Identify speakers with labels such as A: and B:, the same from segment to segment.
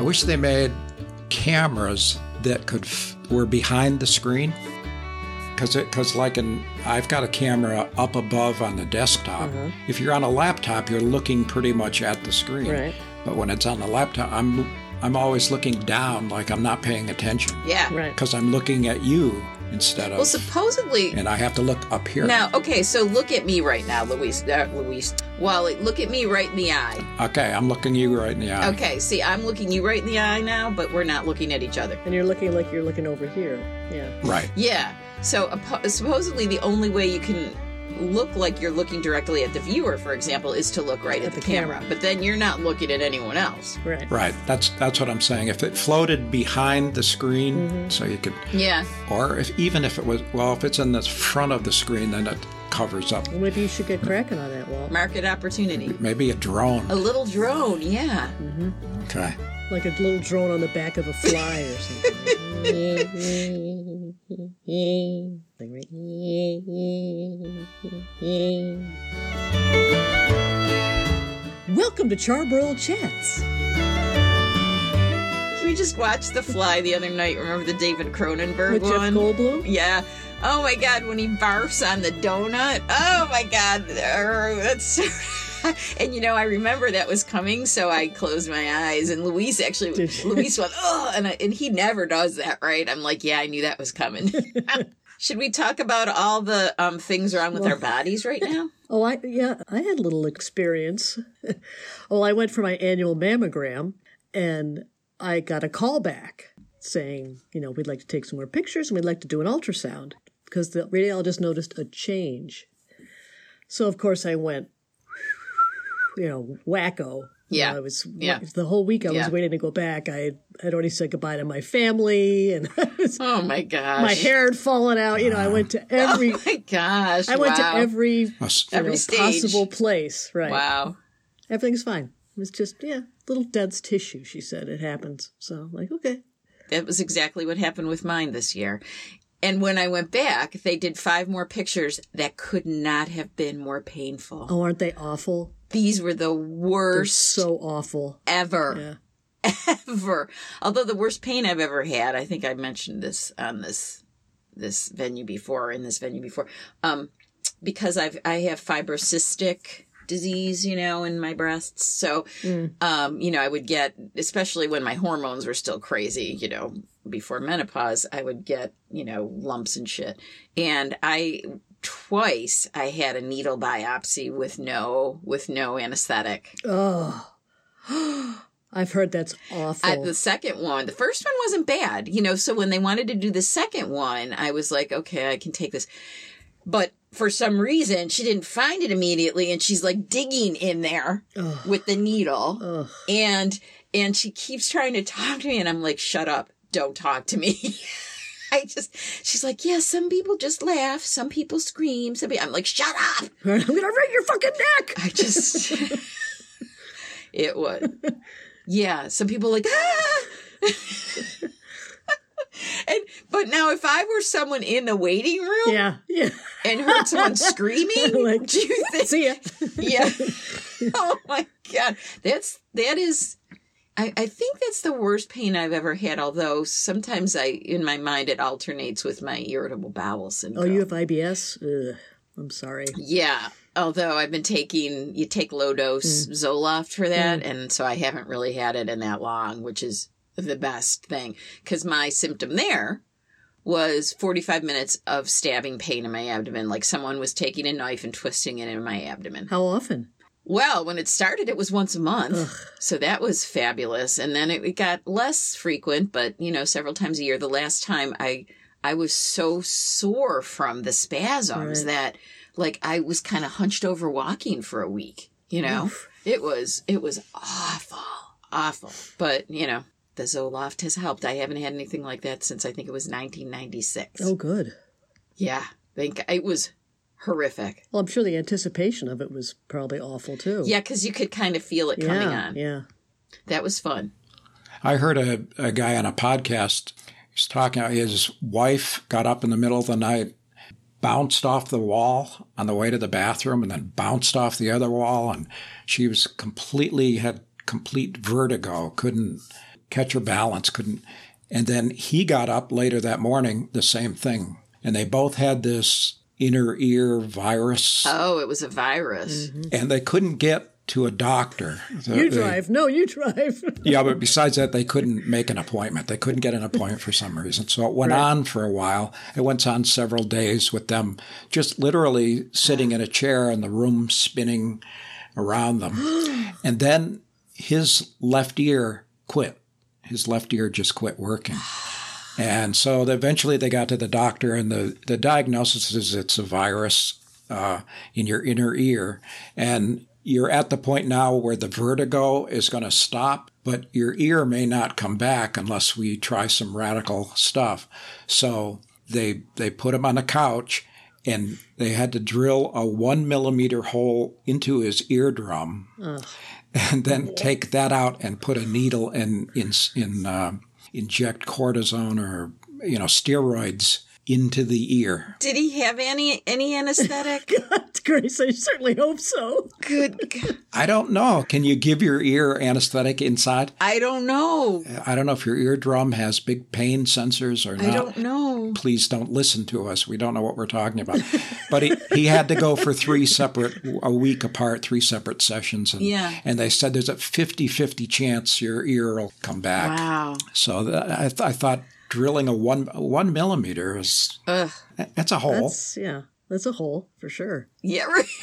A: wish they made cameras that could f- were behind the screen because because like an I've got a camera up above on the desktop.
B: Uh-huh.
C: Mhm.
A: If you're on a laptop, you're looking pretty much at the screen.
C: Right.
A: But when it's on the laptop, I'm I'm always looking down, like I'm not paying attention
B: Yeah.
C: Right.
A: because I'm looking at you instead of
B: Well, supposedly.
A: and I have to look up here.
B: Now, okay, so look at me right now, Luis. Uh, Luis. Wally, look at me right in the eye.
A: Okay, I'm looking you right in the eye.
B: Okay, see, I'm looking you right in the eye now, but we're not looking at each other.
C: And you're looking like you're looking over here. Yeah.
A: Right.
B: Yeah. So appo- supposedly the only way you can look like you're looking directly at the viewer, for example, is to look right at, the, camera. But then you're not looking at anyone else.
C: Right.
A: Right. That's that's what I'm saying. If it floated behind the screen,
B: Mm-hmm.
A: so you could,
B: Yeah.
A: or if even if it was, well, if it's in the front of the screen, then it covers up.
C: Maybe you should get cracking on that, Walt.
B: Market opportunity.
A: Maybe a drone.
B: A little drone, yeah.
A: Okay.
C: Mm-hmm. Like a little drone on the back of a fly or something. Like, right? Welcome to Charbroiled Chats.
B: We just watched The Fly the other night. Remember the David Cronenberg
C: With Jeff
B: one?
C: Goldblum?
B: Yeah. Oh my God, when he barfs on the donut. Oh my God. Err, That's. and you know, I remember that was coming, so I closed my eyes. And Luis actually,
C: Did you?
B: Luis went, oh, and, I, and he never does that, right? I'm like, yeah, I knew that was coming. Should we talk about all the um, things wrong with our bodies right now?
C: Oh, I yeah, I had a little experience. well, I went for my annual mammogram, and I got a call back saying, you know, we'd like to take some more pictures and we'd like to do an ultrasound because the radiologist noticed a change. So of course I went, you know, wacko. You
B: Yeah.
C: know, I was
B: Yeah.
C: the whole week I
B: Yeah.
C: was waiting to go back. I had already said goodbye to my family, and I was,
B: Oh my gosh.
C: my hair had fallen out. You know, I went to every.
B: Oh my gosh.
C: I went
B: wow.
C: to every
A: A s-
C: you
B: Every
C: know,
B: stage.
C: possible place. Right.
B: Wow.
C: Everything's fine. It's just, yeah, little dense tissue, she said. It happens. So I'm like, okay.
B: That was exactly what happened with mine this year. And when I went back, they did five more pictures that could not have been more painful.
C: Oh, aren't they awful?
B: These were the
C: They're
B: worst
C: so awful.
B: ever. Ever. Although the worst pain I've ever had, I think I mentioned this on this this venue before in this venue before. Um because I've I have fibrocystic disease, you know, in my breasts. So um, you know, I would get especially when my hormones were still crazy, you know, before menopause, I would get, you know, lumps and shit. And I twice I had a needle biopsy with no with no anesthetic.
C: Oh. I've heard that's awful.
B: At the second one, the first one wasn't bad, you know. So when they wanted to do the second one, I was like, okay, I can take this. But for some reason, she didn't find it immediately, and she's like digging in there with the needle, and and she keeps trying to talk to me, and I'm like, shut up, don't talk to me. I just, she's like, yeah, some people just laugh, some people scream, some people. I'm like, shut up.
C: I'm going to wring your fucking neck.
B: I just it would. Yeah, some people like ah. and but now if I were someone in the waiting room
C: Yeah. Yeah.
B: and heard someone screaming,
C: Like,
B: do you think?
C: See ya.
B: Yeah. oh my god, that's that is. I, I think that's the worst pain I've ever had. Although sometimes I, in my mind, it alternates with my irritable bowel
C: Oh,
B: syndrome.
C: you have IBS? Ugh. I'm sorry.
B: Yeah. Although I've been taking, you take low dose Zoloft for that. And so I haven't really had it in that long, which is the best thing. Cause my symptom there was 45 minutes of stabbing pain in my abdomen. Like someone was taking a knife and twisting it in my abdomen.
C: How often?
B: Well, when it started, it was once a month. So that was fabulous. And then it, it got less frequent, but you know, several times a year. The last time I, I was so sore from the spasms
C: Right.
B: that like I was kind of hunched over walking for a week, you know, it was, it was awful, awful, but you know, the Zoloft has helped. I haven't had anything like that since I think it was 1996.
C: Oh, good.
B: Yeah. Think it was horrific.
C: Well, I'm sure the anticipation of it was probably awful, too.
B: Yeah. Cause you could kind of feel it
C: Yeah.
B: coming on.
C: Yeah.
B: That was fun.
A: I heard a, a guy on a podcast. He's talking. His wife got up in the middle of the night, bounced off the wall on the way to the bathroom, and then bounced off the other wall, and she was completely had complete vertigo. Couldn't catch her balance, couldn't. And then he got up later that morning, the same thing. And they both had this inner ear virus,
B: Oh, it was a virus.
A: and they couldn't get to a doctor. They-
C: You drive. No, you drive.
A: Yeah, but besides that, they couldn't make an appointment. They couldn't get an appointment for some reason. So it went on for a while. It went on several days with them just literally sitting in a chair and the room spinning around them. and then his left ear quit. His left ear just quit working. And so eventually they got to the doctor, and the, the diagnosis is it's a virus uh, in your inner ear. And you're at the point now where the vertigo is going to stop, but your ear may not come back unless we try some radical stuff. So they, they put him on a couch, and they had to drill a one millimeter hole into his eardrum and then take that out and put a needle and in, in uh, inject cortisone or you know steroids into the ear.
B: Did he have any any anesthetic?
C: Grace, I certainly hope so.
B: Good. God.
A: I don't know. Can you give your ear anesthetic inside?
B: I don't know.
A: I don't know if your eardrum has big pain sensors or
B: I
A: not.
B: don't know.
A: Please don't listen to us. We don't know what we're talking about. But he, he had to go for three separate, a week apart, three separate sessions. And,
B: Yeah.
A: and they said there's a 50 50 chance your ear will come back.
B: Wow.
A: So that, I, th- I thought drilling a one one millimeter is
B: Ugh.
A: that- that's a hole.
C: That's, yeah, that's a hole for sure.
B: Yeah. Right.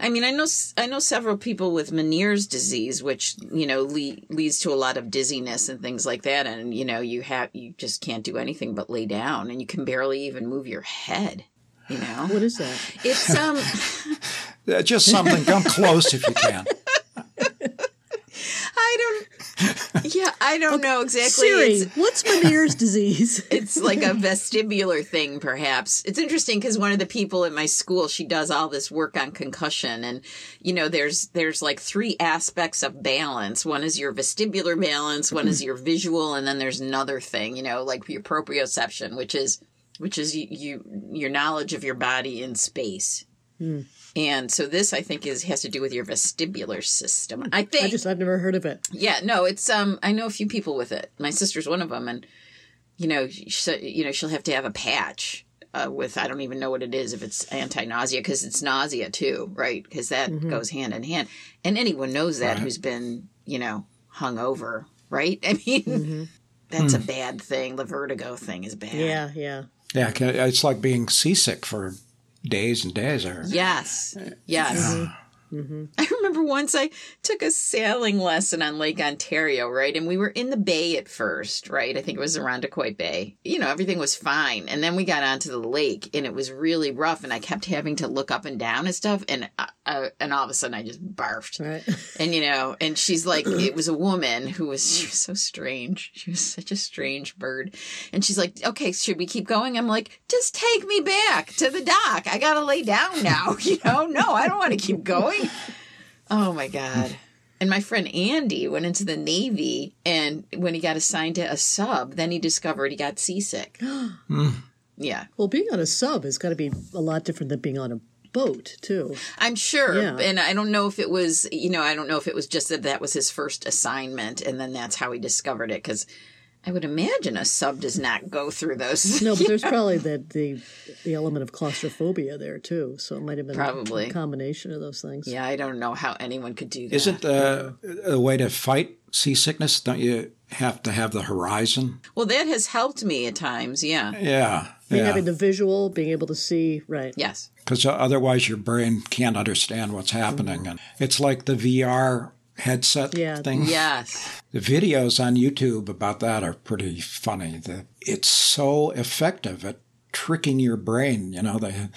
B: I mean, I know s- I know several people with Meniere's disease, which you know le- leads to a lot of dizziness and things like that, and you know you have you just can't do anything but lay down, and you can barely even move your head. You know,
C: What is that?
B: it's um,
A: Uh, Just something. Come close if you can.
B: I don't, yeah, I don't know exactly.
C: Siri,
B: It's-
C: what's Meniere's disease?
B: it's like a vestibular thing perhaps it's interesting because one of the people at my school she does all this work on concussion and you know there's there's like three aspects of balance one is your vestibular balance one is your visual and then there's another thing you know like your proprioception which is which is you, you your knowledge of your body in space and so this i think is has to do with your vestibular system i think
C: I just, I've never heard of it.
B: yeah, no, it's um. I know a few people with it. My sister's one of them, and you know, she, you know, she'll have to have a patch uh, with I don't even know what it is if it's anti nausea because it's nausea too, right? Because that goes hand in hand, and anyone knows that who's been you know hung over, right? I mean, that's a bad thing. The vertigo thing is bad.
C: Yeah, yeah.
A: Yeah, ca- it's like being seasick for days and days. Or
B: Yes. Yes. I remember once I took a sailing lesson on Lake Ontario, right? And we were in the bay at first, right? I think it was the Irondequoit Bay. You know, everything was fine. And then we got onto the lake and it was really rough. And I kept having to look up and down and stuff. And, uh, uh, and all of a sudden I just barfed
C: All right.
B: and you know and she's like it was a woman who was she was so strange she was such a strange bird and she's like okay should we keep going i'm like just take me back to the dock i gotta lay down now you know no i don't want to keep going oh my god and my friend Andy went into the Navy, and when he got assigned to a sub, then he discovered he got seasick. yeah,
C: Well, being on a sub has got to be a lot different than being on a boat, too.
B: I'm sure.
C: Yeah.
B: And I don't know if it was, you know, I don't know if it was just that that was his first assignment and then that's how he discovered it. Cause I would imagine a sub does not go through those.
C: No, but there's probably the, the the element of claustrophobia there too. So it might have been
B: Probably.
C: a combination of those things.
B: Yeah, I don't know how anyone could do that.
A: isn't uh, a way to fight seasickness? Don't you have to have the horizon?
B: Well, that has helped me at times. Yeah.
A: Yeah,
C: Having
A: yeah.
C: the visual, being able to see, right?
B: Yes.
A: Because uh, otherwise, your brain can't understand what's happening, and it's like the VR headset
C: Mm-hmm. Yeah.
A: thing.
B: Yes.
A: The videos on YouTube about that are pretty funny. The, it's so effective at tricking your brain. You know, they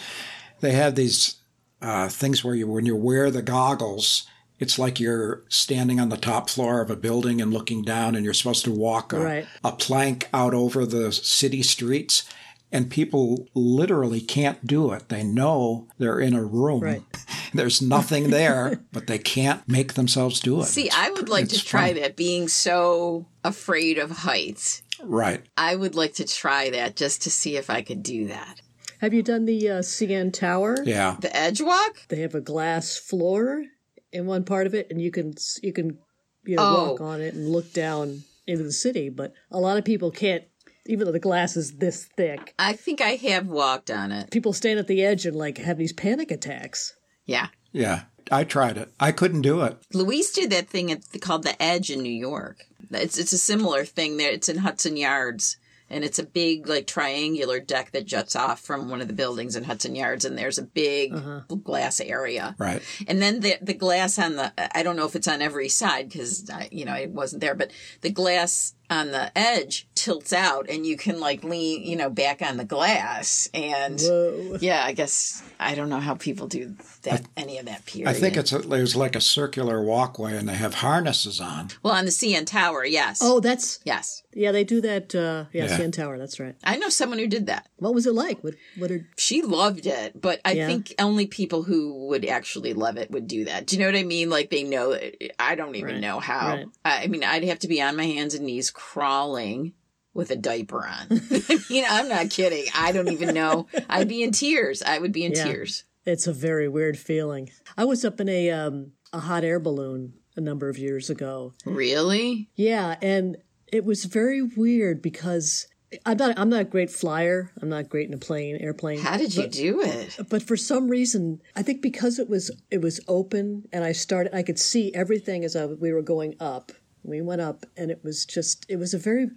A: they have these uh, things where you when you wear the goggles, it's like you're standing on the top floor of a building and looking down, and you're supposed to walk a,
C: Right.
A: a plank out over the city streets. And people literally can't do it. They know they're in a room.
C: Right.
A: There's nothing there, but they can't make themselves do it.
B: See, I would like to try that being so afraid of heights.
A: right.
B: I would like to try that just to see if I could do that.
C: Have you done the uh, CN Tower?
A: Yeah.
B: The edge walk?
C: They have a glass floor in one part of it, and you can you can you know,
B: Oh.
C: walk on it and look down into the city. But a lot of people can't, even though the glass is this thick.
B: I think I have walked on it.
C: People stand at the edge and like have these panic attacks.
B: Yeah.
A: Yeah. I tried it. I couldn't do it.
B: Luis did that thing at, called the Edge in New York. It's it's a similar thing there. It's in Hudson Yards, and it's a big like triangular deck that juts off from one of the buildings in Hudson Yards, and there's a big glass area.
A: Right.
B: And then the the glass on the I don't know if it's on every side because you know it wasn't there, but the glass on the edge tilts out, and you can like lean you know back on the glass and.
C: Whoa.
B: Yeah, I guess I don't know how people do that. any of that period.
A: I think it's a, there's like a circular walkway and they have harnesses on.
B: Well, on the CN Tower, yes.
C: Oh, that's
B: Yes.
C: yeah. They do that. Uh, yeah,
A: Yeah.
C: CN Tower. That's right.
B: I know someone who did that.
C: What was it like? What what are
B: She loved it, but I
C: Yeah.
B: think only people who would actually love it would do that. Do you know what I mean? Like they know, I don't even
C: Right.
B: know how.
C: Right.
B: I I mean, I'd have to be on my hands and knees crawling with a diaper on. I mean, I'm not kidding. I don't even know. I'd be in tears. I would be in
C: Yeah.
B: tears.
C: It's a very weird feeling. I was up in a um, a hot air balloon a number of years ago.
B: Really?
C: Yeah, and it was very weird because I'm not I'm not a great flyer. I'm not great in a plane, airplane.
B: How did you do it?
C: but for some reason, I think because it was it was open and I started I could see everything as I, we were going up. We went up and it was just it was a very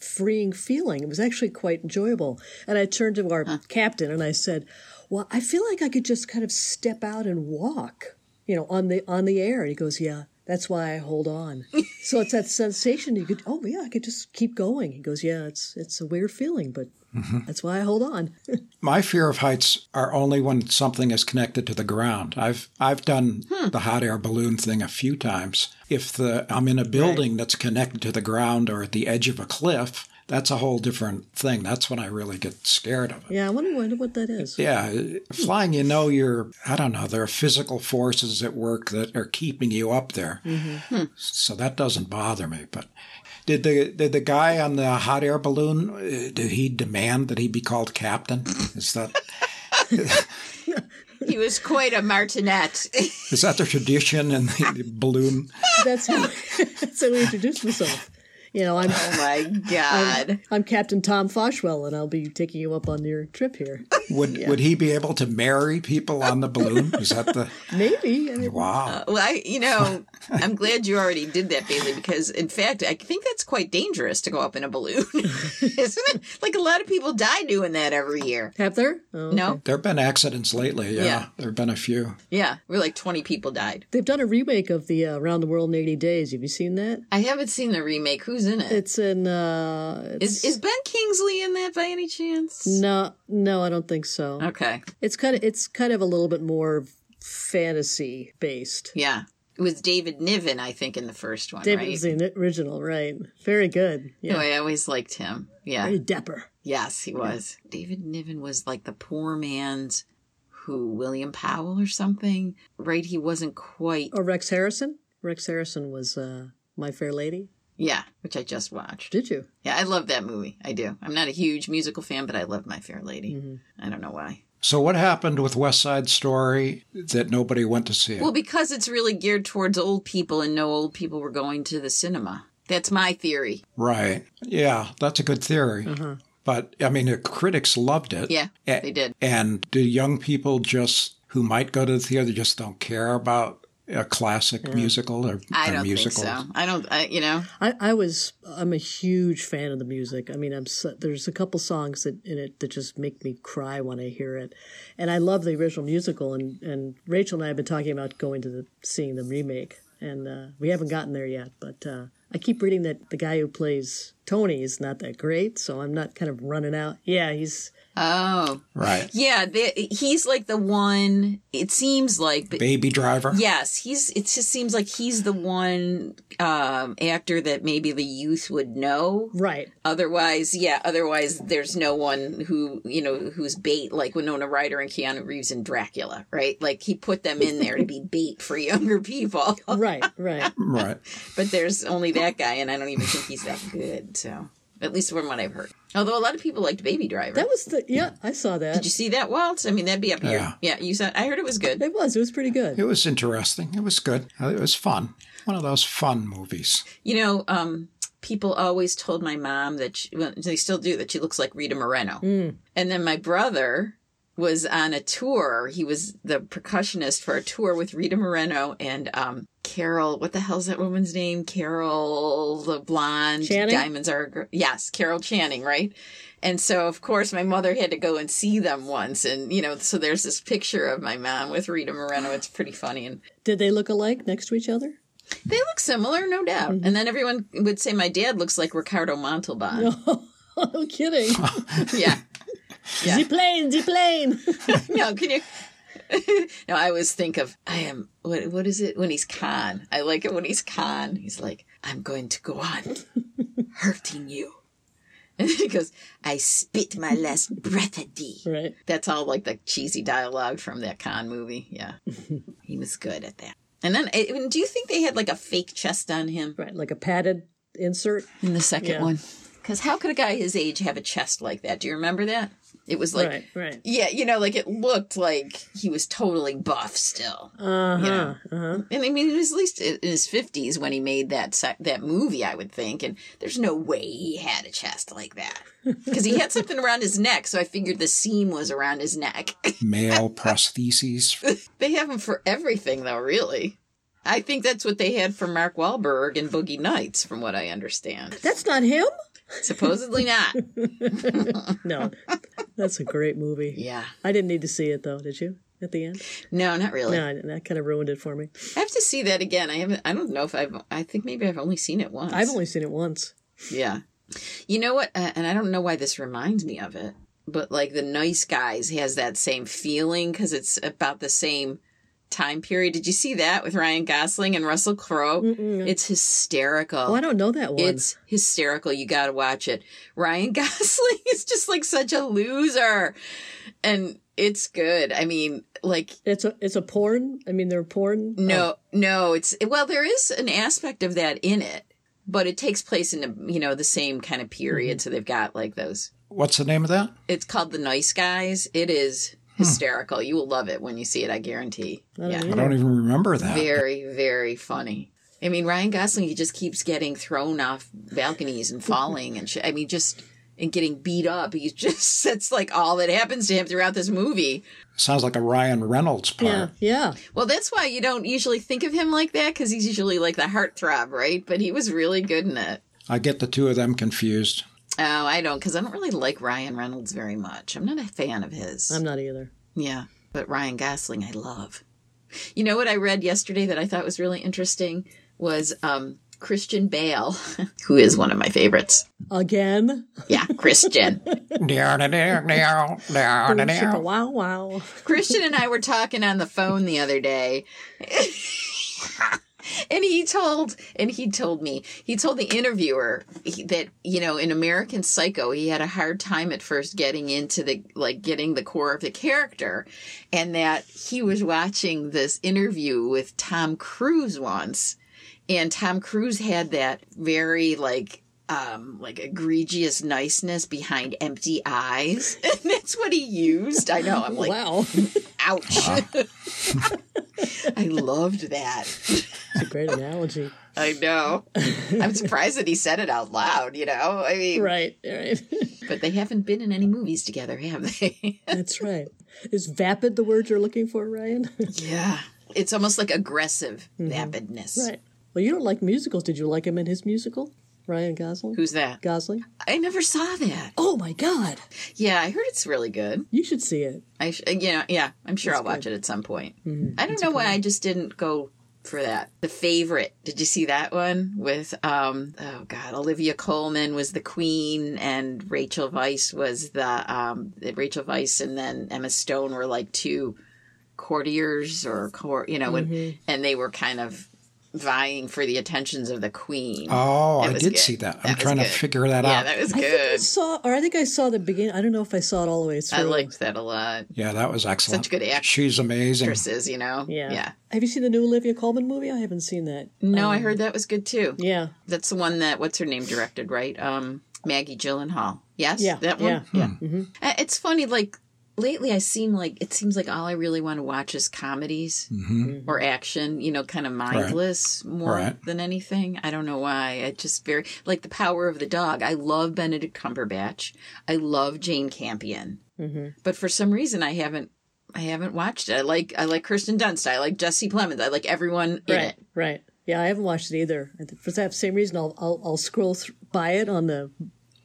C: freeing feeling. It was actually quite enjoyable. And I turned to our captain and I said, "Well, I feel like I could just kind of step out and walk, you know, on the on the air." And he goes, "Yeah, that's why I hold on." so it's that sensation you could, "Oh, yeah, I could just keep going." He goes, "Yeah, it's it's a weird feeling, but that's why I hold on."
A: My fear of heights are only when something is connected to the ground. I've I've done the hot air balloon thing a few times. If the I'm in a building that's connected to the ground or at the edge of a cliff, that's a whole different thing. That's when I really get scared of it.
C: yeah, I wonder, wonder what that is.
A: Yeah, flying, you know, you're, I don't know, there are physical forces at work that are keeping you up there.
B: Mm-hmm.
A: So that doesn't bother me. But did the did the guy on the hot air balloon, uh, did he demand that he be called captain? Is that
B: He was quite a martinet.
A: is that the tradition in the balloon?
C: That's how, that's how he introduced himself. You know, I'm
B: oh my God.
C: I'm Captain Tom Foshwell, and I'll be taking you up on your trip here.
A: Would would he be able to marry people on the balloon? Is that the
C: Maybe I mean,
A: wow?
B: Well, I, you know, I'm glad you already did that, Bailey, because in fact, I think that's quite dangerous to go up in a balloon, isn't it? Like a lot of people die doing that every year.
C: have there? Oh,
B: No,
A: There have been accidents lately. Yeah,
B: Yeah.
A: there have been a few.
B: yeah, we're like 20 people died.
C: they've done a remake of the uh, Around the World in 80 Days. Have you seen that?
B: I haven't seen the remake. Who's in it?
C: It's in uh,
B: Is is Ben Kingsley in that by any chance?
C: no, no, I don't think so.
B: Okay,
C: It's kind of it's kind of a little bit more fantasy based.
B: yeah, it was David Niven, I think, in the first one,
C: David
B: right?
C: was the original, right? Very good.
B: Oh,
C: Yeah,
B: I always liked him. Yeah,
C: very dapper.
B: Yes, he was. David Niven was like the poor man's who William Powell or something, right? He wasn't quite.
C: Or Oh, Rex Harrison? Rex Harrison was uh, My Fair Lady.
B: Yeah, which I just watched.
C: Did you?
B: Yeah, I love that movie. I do. I'm not a huge musical fan, but I love My Fair Lady. I don't know why.
A: So what happened with West Side Story that nobody went to see it?
B: Well, because it's really geared towards old people and no old people were going to the cinema. That's my theory.
A: Right. Yeah, that's a good theory. But I mean, the critics loved it.
B: Mm-hmm. Yeah,
A: A-
B: they did.
A: And do young people just who might go to the theater just don't care about a classic musical or,
B: Mm. I
A: or
B: don't
A: musicals?
B: think so. I don't, I, you know,
C: I, I was I'm a huge fan of the music. I mean, I'm so, there's a couple songs that in it that just make me cry when I hear it, and I love the original musical. And, and Rachel and I have been talking about going to the seeing the remake, and uh, we haven't gotten there yet. But uh, I keep reading that the guy who plays Tony is not that great, so I'm not kind of running out. Yeah, he's
B: oh.
A: Right.
B: Yeah, they, he's like the one, it seems like, but
A: Baby Driver.
B: Yes, he's. It just seems like he's the one um, actor that maybe the youth would know.
C: right.
B: Otherwise, yeah. Otherwise, there's no one who you know who's bait like Winona Ryder and Keanu Reeves in Dracula, right? Like he put them in there to be bait for younger people,
C: Right, right.
A: Right.
B: but there's only that guy, and I don't even think he's that good. So, at least from what I've heard. Although a lot of people liked Baby Driver.
C: That was the yeah. I saw that.
B: Did you see that, Walt? I mean, that'd be up here.
A: Yeah.
B: Yeah, you said. I heard it was good.
C: It was. It was pretty good.
A: It was interesting. It was good. Uh, It was fun. One of those fun movies.
B: You know, um, people always told my mom that she, well, they still do that she looks like Rita Moreno. And then my brother was on a tour. He was the percussionist for a tour with Rita Moreno and um, Carol. What the hell's that woman's name? Carol, the blonde.
C: Channing?
B: Diamonds are a Girl- yes, Carol Channing, right? And so, of course, my mother had to go and see them once, and you know, so there's this picture of my mom with Rita Moreno. It's pretty funny, and
C: Did they look alike next to each other?
B: they look similar, no doubt. And then everyone would say my dad looks like Ricardo Montalban.
C: no Oh, kidding.
B: Yeah.
C: The plane, the plane.
B: no, can you? no, I always think of I am what what is it when he's Khan? I like it when he's Khan. He's like, I'm going to go on hurting you. And then he goes, I spit my last breath at thee.
C: right.
B: That's all like the cheesy dialogue from that Khan movie. Yeah. he was good at that. And then, I, and do you think they had like a fake chest on him
C: Right. Like a padded insert.
B: in the second
C: Yeah.
B: one? Because how could a guy his age have a chest like that? Do you remember that? It was like
C: right, right.
B: yeah, you know, like it looked like he was totally buff still.
C: Uh huh.
B: yeah.
C: Uh-huh.
B: And I mean, he was at least in his fifties when he made that sec- that movie, I would think. And there's no way he had a chest like that because he had something around his neck. So I figured the seam was around his neck.
A: Male prostheses.
B: they have him for everything, though. Really, I think that's what they had for Mark Wahlberg and Boogie Nights, from what I understand.
C: That's not him?
B: Supposedly not.
C: No. That's a great movie.
B: Yeah.
C: I didn't need to see it though, did you? At the end?
B: No, not really.
C: No, I- that kind of ruined it for me.
B: I have to see that again. I haven't. I don't know if I've. I think maybe I've only seen it once.
C: I've only seen it once.
B: Yeah. You know what? Uh, and I don't know why this reminds me of it, but like the nice guys has that same feeling because it's about the same time period. Did you see that with Ryan Gosling and Russell Crowe? It's hysterical.
C: Oh, I don't know that one.
B: It's hysterical. You got to watch it. Ryan Gosling is just like such a loser. And it's good. I mean, like
C: It's a it's a porn. I mean, they're porn.
B: no, no, it's well, there is an aspect of that in it, but it takes place in the you know the same kind of period. So they've got like those.
A: What's the name of that?
B: It's called the Nice Guys. It is hysterical. You will love it when you see it. I guarantee.
C: Oh,
B: yeah,
A: I don't even remember that.
B: very, very funny. I mean, Ryan Gosling, he just keeps getting thrown off balconies and falling and shit. I mean, just and getting beat up. He's just that's like all that happens to him throughout this movie.
A: Sounds like a Ryan Reynolds part.
C: Yeah, yeah.
B: Well, that's why you don't usually think of him like that because he's usually like the heartthrob, right? But he was really good in it.
A: I get the two of them confused.
B: Oh, I don't because I don't really like Ryan Reynolds very much. I'm not a fan of his.
C: I'm not either.
B: yeah, but Ryan Gosling, I love. You know what I read yesterday that I thought was really interesting was um, Christian Bale, who is one of my favorites.
C: Again.
B: Yeah, Christian.
C: Shippa,
A: That's
C: Wow, wow.
B: Christian and I were talking on the phone the other day. And he told, and he told me, he told the interviewer he- that you know in American Psycho he had a hard time at first getting into the like getting the core of the character, and that he was watching this interview with Tom Cruise once, and Tom Cruise had that very like um like egregious niceness behind empty eyes, and that's what he used. I know. I'm like,
C: wow.
B: Ouch. Uh-huh. I loved that.
C: It's a great analogy.
B: I know. I'm surprised that he said it out loud, you know? I mean,
C: Right, right.
B: but they haven't been in any movies together, have they?
C: That's right. Is vapid the word you're looking for, Ryan?
B: yeah. Mm-hmm. It's almost like aggressive vapidness.
C: right. Well, you don't like musicals. Did you like him in his musical, Ryan Gosling?
B: Who's that?
C: Gosling?
B: I never saw that.
C: Oh my God!
B: Yeah, I heard it's really good.
C: You should see it.
B: I sh- uh, you know, yeah, I'm sure I'll watch it at some point. I don't know why I just didn't go for that. The favorite. Did you see that one with um oh god, Olivia Coleman was the queen and Rachel Weisz was the um Rachel Weisz and then Emma Stone were like two courtiers or court, you know, and, and they were kind of vying for the attentions of the queen.
A: Oh,
B: It
A: I
B: was
A: did
B: good.
A: see that. I'm
B: was
A: trying to
B: good.
A: figure that
B: yeah,
A: out.
B: that was
C: I think I
B: good.
C: saw, or I think I saw the beginning. I don't know if I saw it all the way through.
B: I liked that a lot.
A: yeah, that was excellent.
B: Such good actress.
A: She's amazing.
B: Versus, you know.
C: Yeah.
B: Yeah.
C: Have you seen the new Olivia Colman movie? I haven't seen that.
B: No, I heard that was good too.
C: Yeah.
B: That's the one that what's her name directed, right? Um, Maggie Gyllenhaal. Yes,
C: Yeah, Mm-hmm.
B: that one.
C: yeah.
B: Uh, It's funny, like lately I seem like it seems like all I really want to watch is comedies
C: Mm-hmm.
B: or action, you know, kind of mindless more
A: Right.
B: than anything. I don't know why. I just very like the power of the dog. I love Benedict Cumberbatch. I love Jane Campion.
C: Mm-hmm.
B: But for some reason I haven't I haven't watched it. I like I like Kirsten Dunst. I like Jesse Plemons. I like everyone in
C: Right,
B: it.
C: right. Yeah, I haven't watched it either. I think For that same reason, I'll I'll, I'll scroll th- by it on the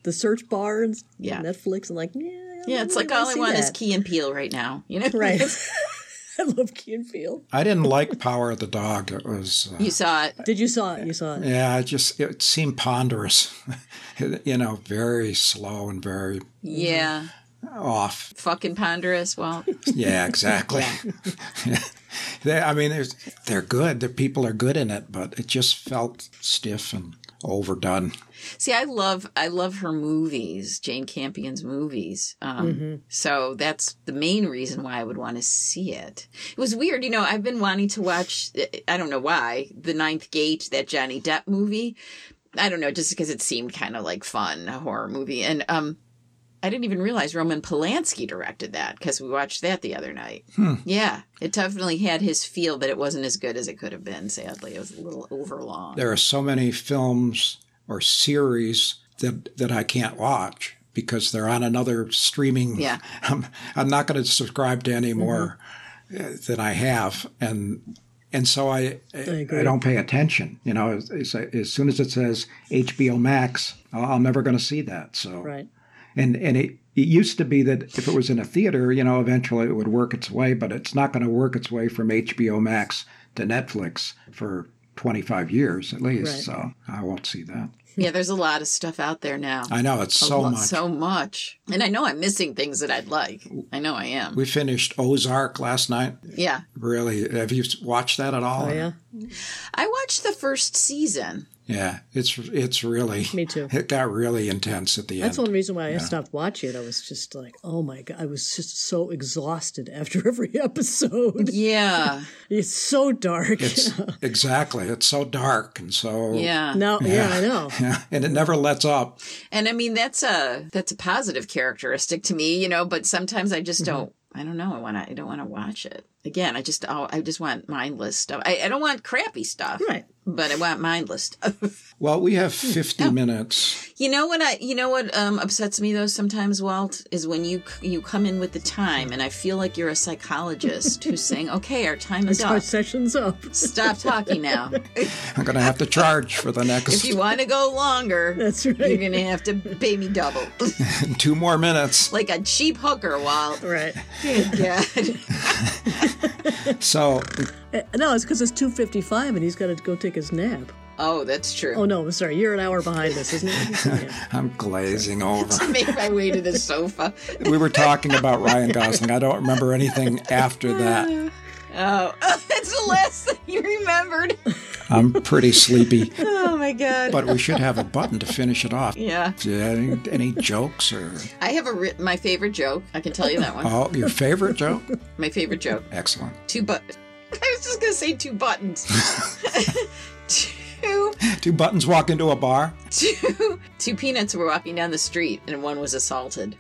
C: the search bar and s-
B: Yeah.
C: Netflix and like, yeah, Mm, I
B: Yeah,
C: don't
B: it's
C: really
B: like all
C: wanna
B: I
C: see
B: want is
C: that.
B: Key and Peel right now. You know,
C: Right. I love Key and Peele.
A: I didn't like Power of the Dog. It was, uh,
B: You saw it.
C: Did you saw it? You saw it.
A: yeah, I just it seemed ponderous, you know, very slow and very
B: Yeah,
A: off.
B: fucking ponderous. Well,
A: Yeah, exactly. they, I mean, there's, they're good. The people are good in it, but it just felt stiff and overdone.
B: See, I love I love her movies, Jane Campion's movies. Um, So that's the main reason why I would want to see it. It was weird, you know. I've been wanting to watch. I don't know why the Ninth Gate, that Johnny Depp movie. I don't know, just because it seemed kind of like fun, a horror movie, and um, I didn't even realize Roman Polanski directed that because we watched that the other night. Yeah, it definitely had his feel, but it wasn't as good as it could have been. Sadly, it was a little overlong.
A: There are so many films or series that that I can't watch because they're on another streaming.
B: Yeah.
A: I'm, I'm not going to subscribe to any more uh than I have, and and so I I,
C: agree.
A: don't pay attention. You know, as, as, as soon as it says HBO Max, I- I'm never going to see that. So
C: Right.
A: and and it it used to be that if it was in a theater, you know, eventually it would work its way, but it's not going to work its way from HBO Max to Netflix for 25 years at least.
C: Right.
A: So I won't see that.
B: Yeah, there's a lot of stuff out there now.
A: I know
C: Oh,
A: it's so
B: lo-
A: much.
B: So much. And I know I'm missing things that I'd like. I know I am.
A: we finished Ozark last night.
B: Yeah.
A: Really, have you watched that at all?
C: Oh yeah,
B: I watched the first season.
A: Yeah, it's it's really.
C: Me too.
A: It got really intense at the
C: that's
A: end.
C: one reason why I stopped watching it. I was just like, oh my god, I was just so exhausted after every episode.
B: Yeah.
C: It's so dark.
A: It's, exactly. It's so dark and so
B: Yeah.
C: no, yeah, I know.
A: and it never lets up.
B: And I mean that's a that's a positive characteristic to me, you know, but sometimes I
A: Mm-hmm.
B: just don't I don't know. I want to. I don't want to watch it again. I just. Oh, I just want mindless stuff. I, I don't want crappy stuff.
C: Right.
B: But I want mindless stuff.
A: Well, we have 50 minutes.
B: You know what I you know what um, upsets me though sometimes Walt is when you c- you come in with the time and I feel like you're a psychologist who's saying okay our time is
C: Our
B: up
C: session's up.
B: stop talking now
A: I'm going to have to charge for the next
B: if you want to go longer
C: That's
B: you're
C: right.
B: gonna have to pay me double
A: two more minutes.
B: like a cheap hooker Walt
C: Right.
B: yeah
A: So
C: Uh, No, it's because it's two fifty-five, and he's got to go take his nap.
B: oh that's true
C: Oh no, I'm sorry. You're an hour behind us, isn't it? Yeah.
A: I'm glazing over.
B: make my way to the sofa
A: We were talking about Ryan Gosling. I don't remember anything after that.
B: oh that's the last thing you remembered
A: I'm pretty sleepy,
B: oh my god
A: but we should have a button to finish it off.
B: yeah
A: Do you have Any, any jokes or
B: I have a ri- my favorite joke I can tell you that one
A: oh your favorite joke?
B: my favorite joke
A: Excellent.
B: two but I was just gonna say two buttons. two
A: Two buttons walk into a bar.
B: two two peanuts were walking down the street and one was assaulted.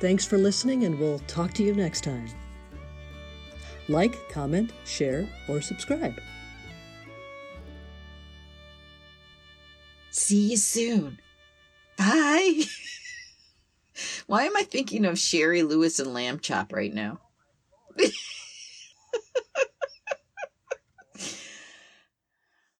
C: Thanks for listening, and we'll talk to you next time. Like, comment, share, or subscribe.
B: See you soon. Bye. Why am I thinking of Sherry Lewis and Lamb Chop right now?